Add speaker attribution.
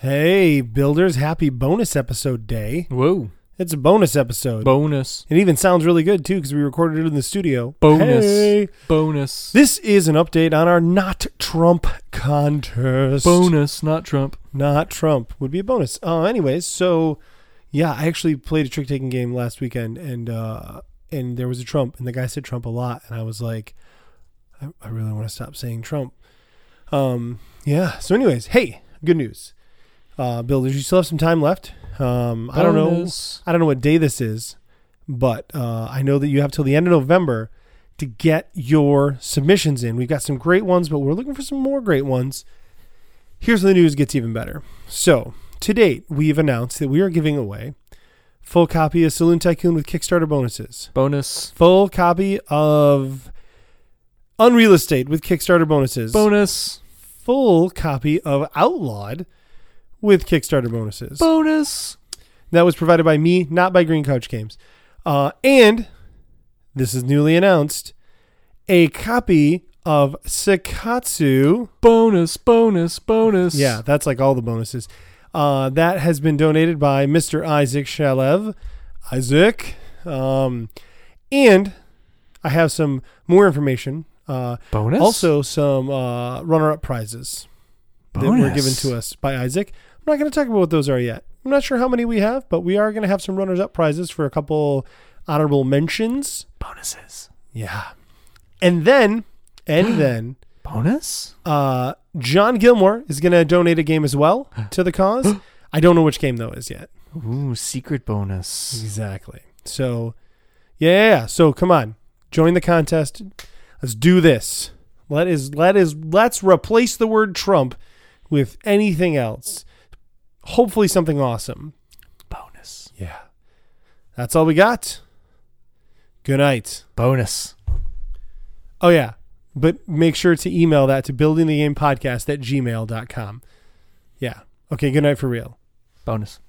Speaker 1: Hey, builders, happy bonus episode day.
Speaker 2: Whoa.
Speaker 1: It's a bonus episode.
Speaker 2: Bonus.
Speaker 1: it even sounds really good, too, because we recorded it in the studio.
Speaker 2: Bonus.
Speaker 1: Hey.
Speaker 2: Bonus.
Speaker 1: This is an update on our not Trump contest.
Speaker 2: bonus, not Trump.
Speaker 1: Not Trump would be a bonus. Uh, anyways, so yeah, I actually played a trick taking game last weekend, and uh, and there was a Trump, and the guy said Trump a lot, and I was like, I, I really want to stop saying Trump. Um, yeah. So, anyways, hey, good news, uh, builders. You still have some time left. Um, I don't know.
Speaker 2: Bonus.
Speaker 1: I don't know what day this is, but uh, I know that you have till the end of November to get your submissions in. We've got some great ones, but we're looking for some more great ones. Here's where the news gets even better. So, to date, we've announced that we are giving away full copy of Saloon Tycoon with Kickstarter bonuses,
Speaker 2: Bonus.
Speaker 1: full copy of Unreal Estate with Kickstarter bonuses,
Speaker 2: Bonus.
Speaker 1: full copy of Outlawed with Kickstarter bonuses.
Speaker 2: Bonus.
Speaker 1: That was provided by me, not by Green Couch Games. Uh, and this is newly announced a copy of Sakatsu.
Speaker 2: Bonus. Bonus. Bonus.
Speaker 1: Yeah, that's like all the bonuses. Uh, that has been donated by Mr. Isaac Shalev. Isaac. Um, and I have some more information. Uh,
Speaker 2: Bonus.
Speaker 1: also, some uh, runner up prizes that were
Speaker 2: Bonus.
Speaker 1: given to us by Isaac. I'm not going to talk about what those are yet. I'm not sure how many we have, but we are going to have some runners up prizes for a couple honorable mentions.
Speaker 2: Bonuses.
Speaker 1: Yeah. And then, and then,
Speaker 2: Bonus.
Speaker 1: uh, John Gilmore is going to donate a game as well to the cause. I don't know which game, though, is yet.
Speaker 2: Ooh, secret
Speaker 1: Mm-hmm.
Speaker 2: bonus.
Speaker 1: Exactly. So, yeah, yeah, yeah. So, come on, join the contest. Let's do this. Let is let is let's replace the word Trump with anything else. Hopefully, something awesome.
Speaker 2: Bonus.
Speaker 1: Yeah, that's all we got. Good night.
Speaker 2: Bonus.
Speaker 1: Oh yeah, but make sure to email that to buildingthegamepodcast at gmail.com. Yeah. Okay. Good night for real.
Speaker 2: Bonus.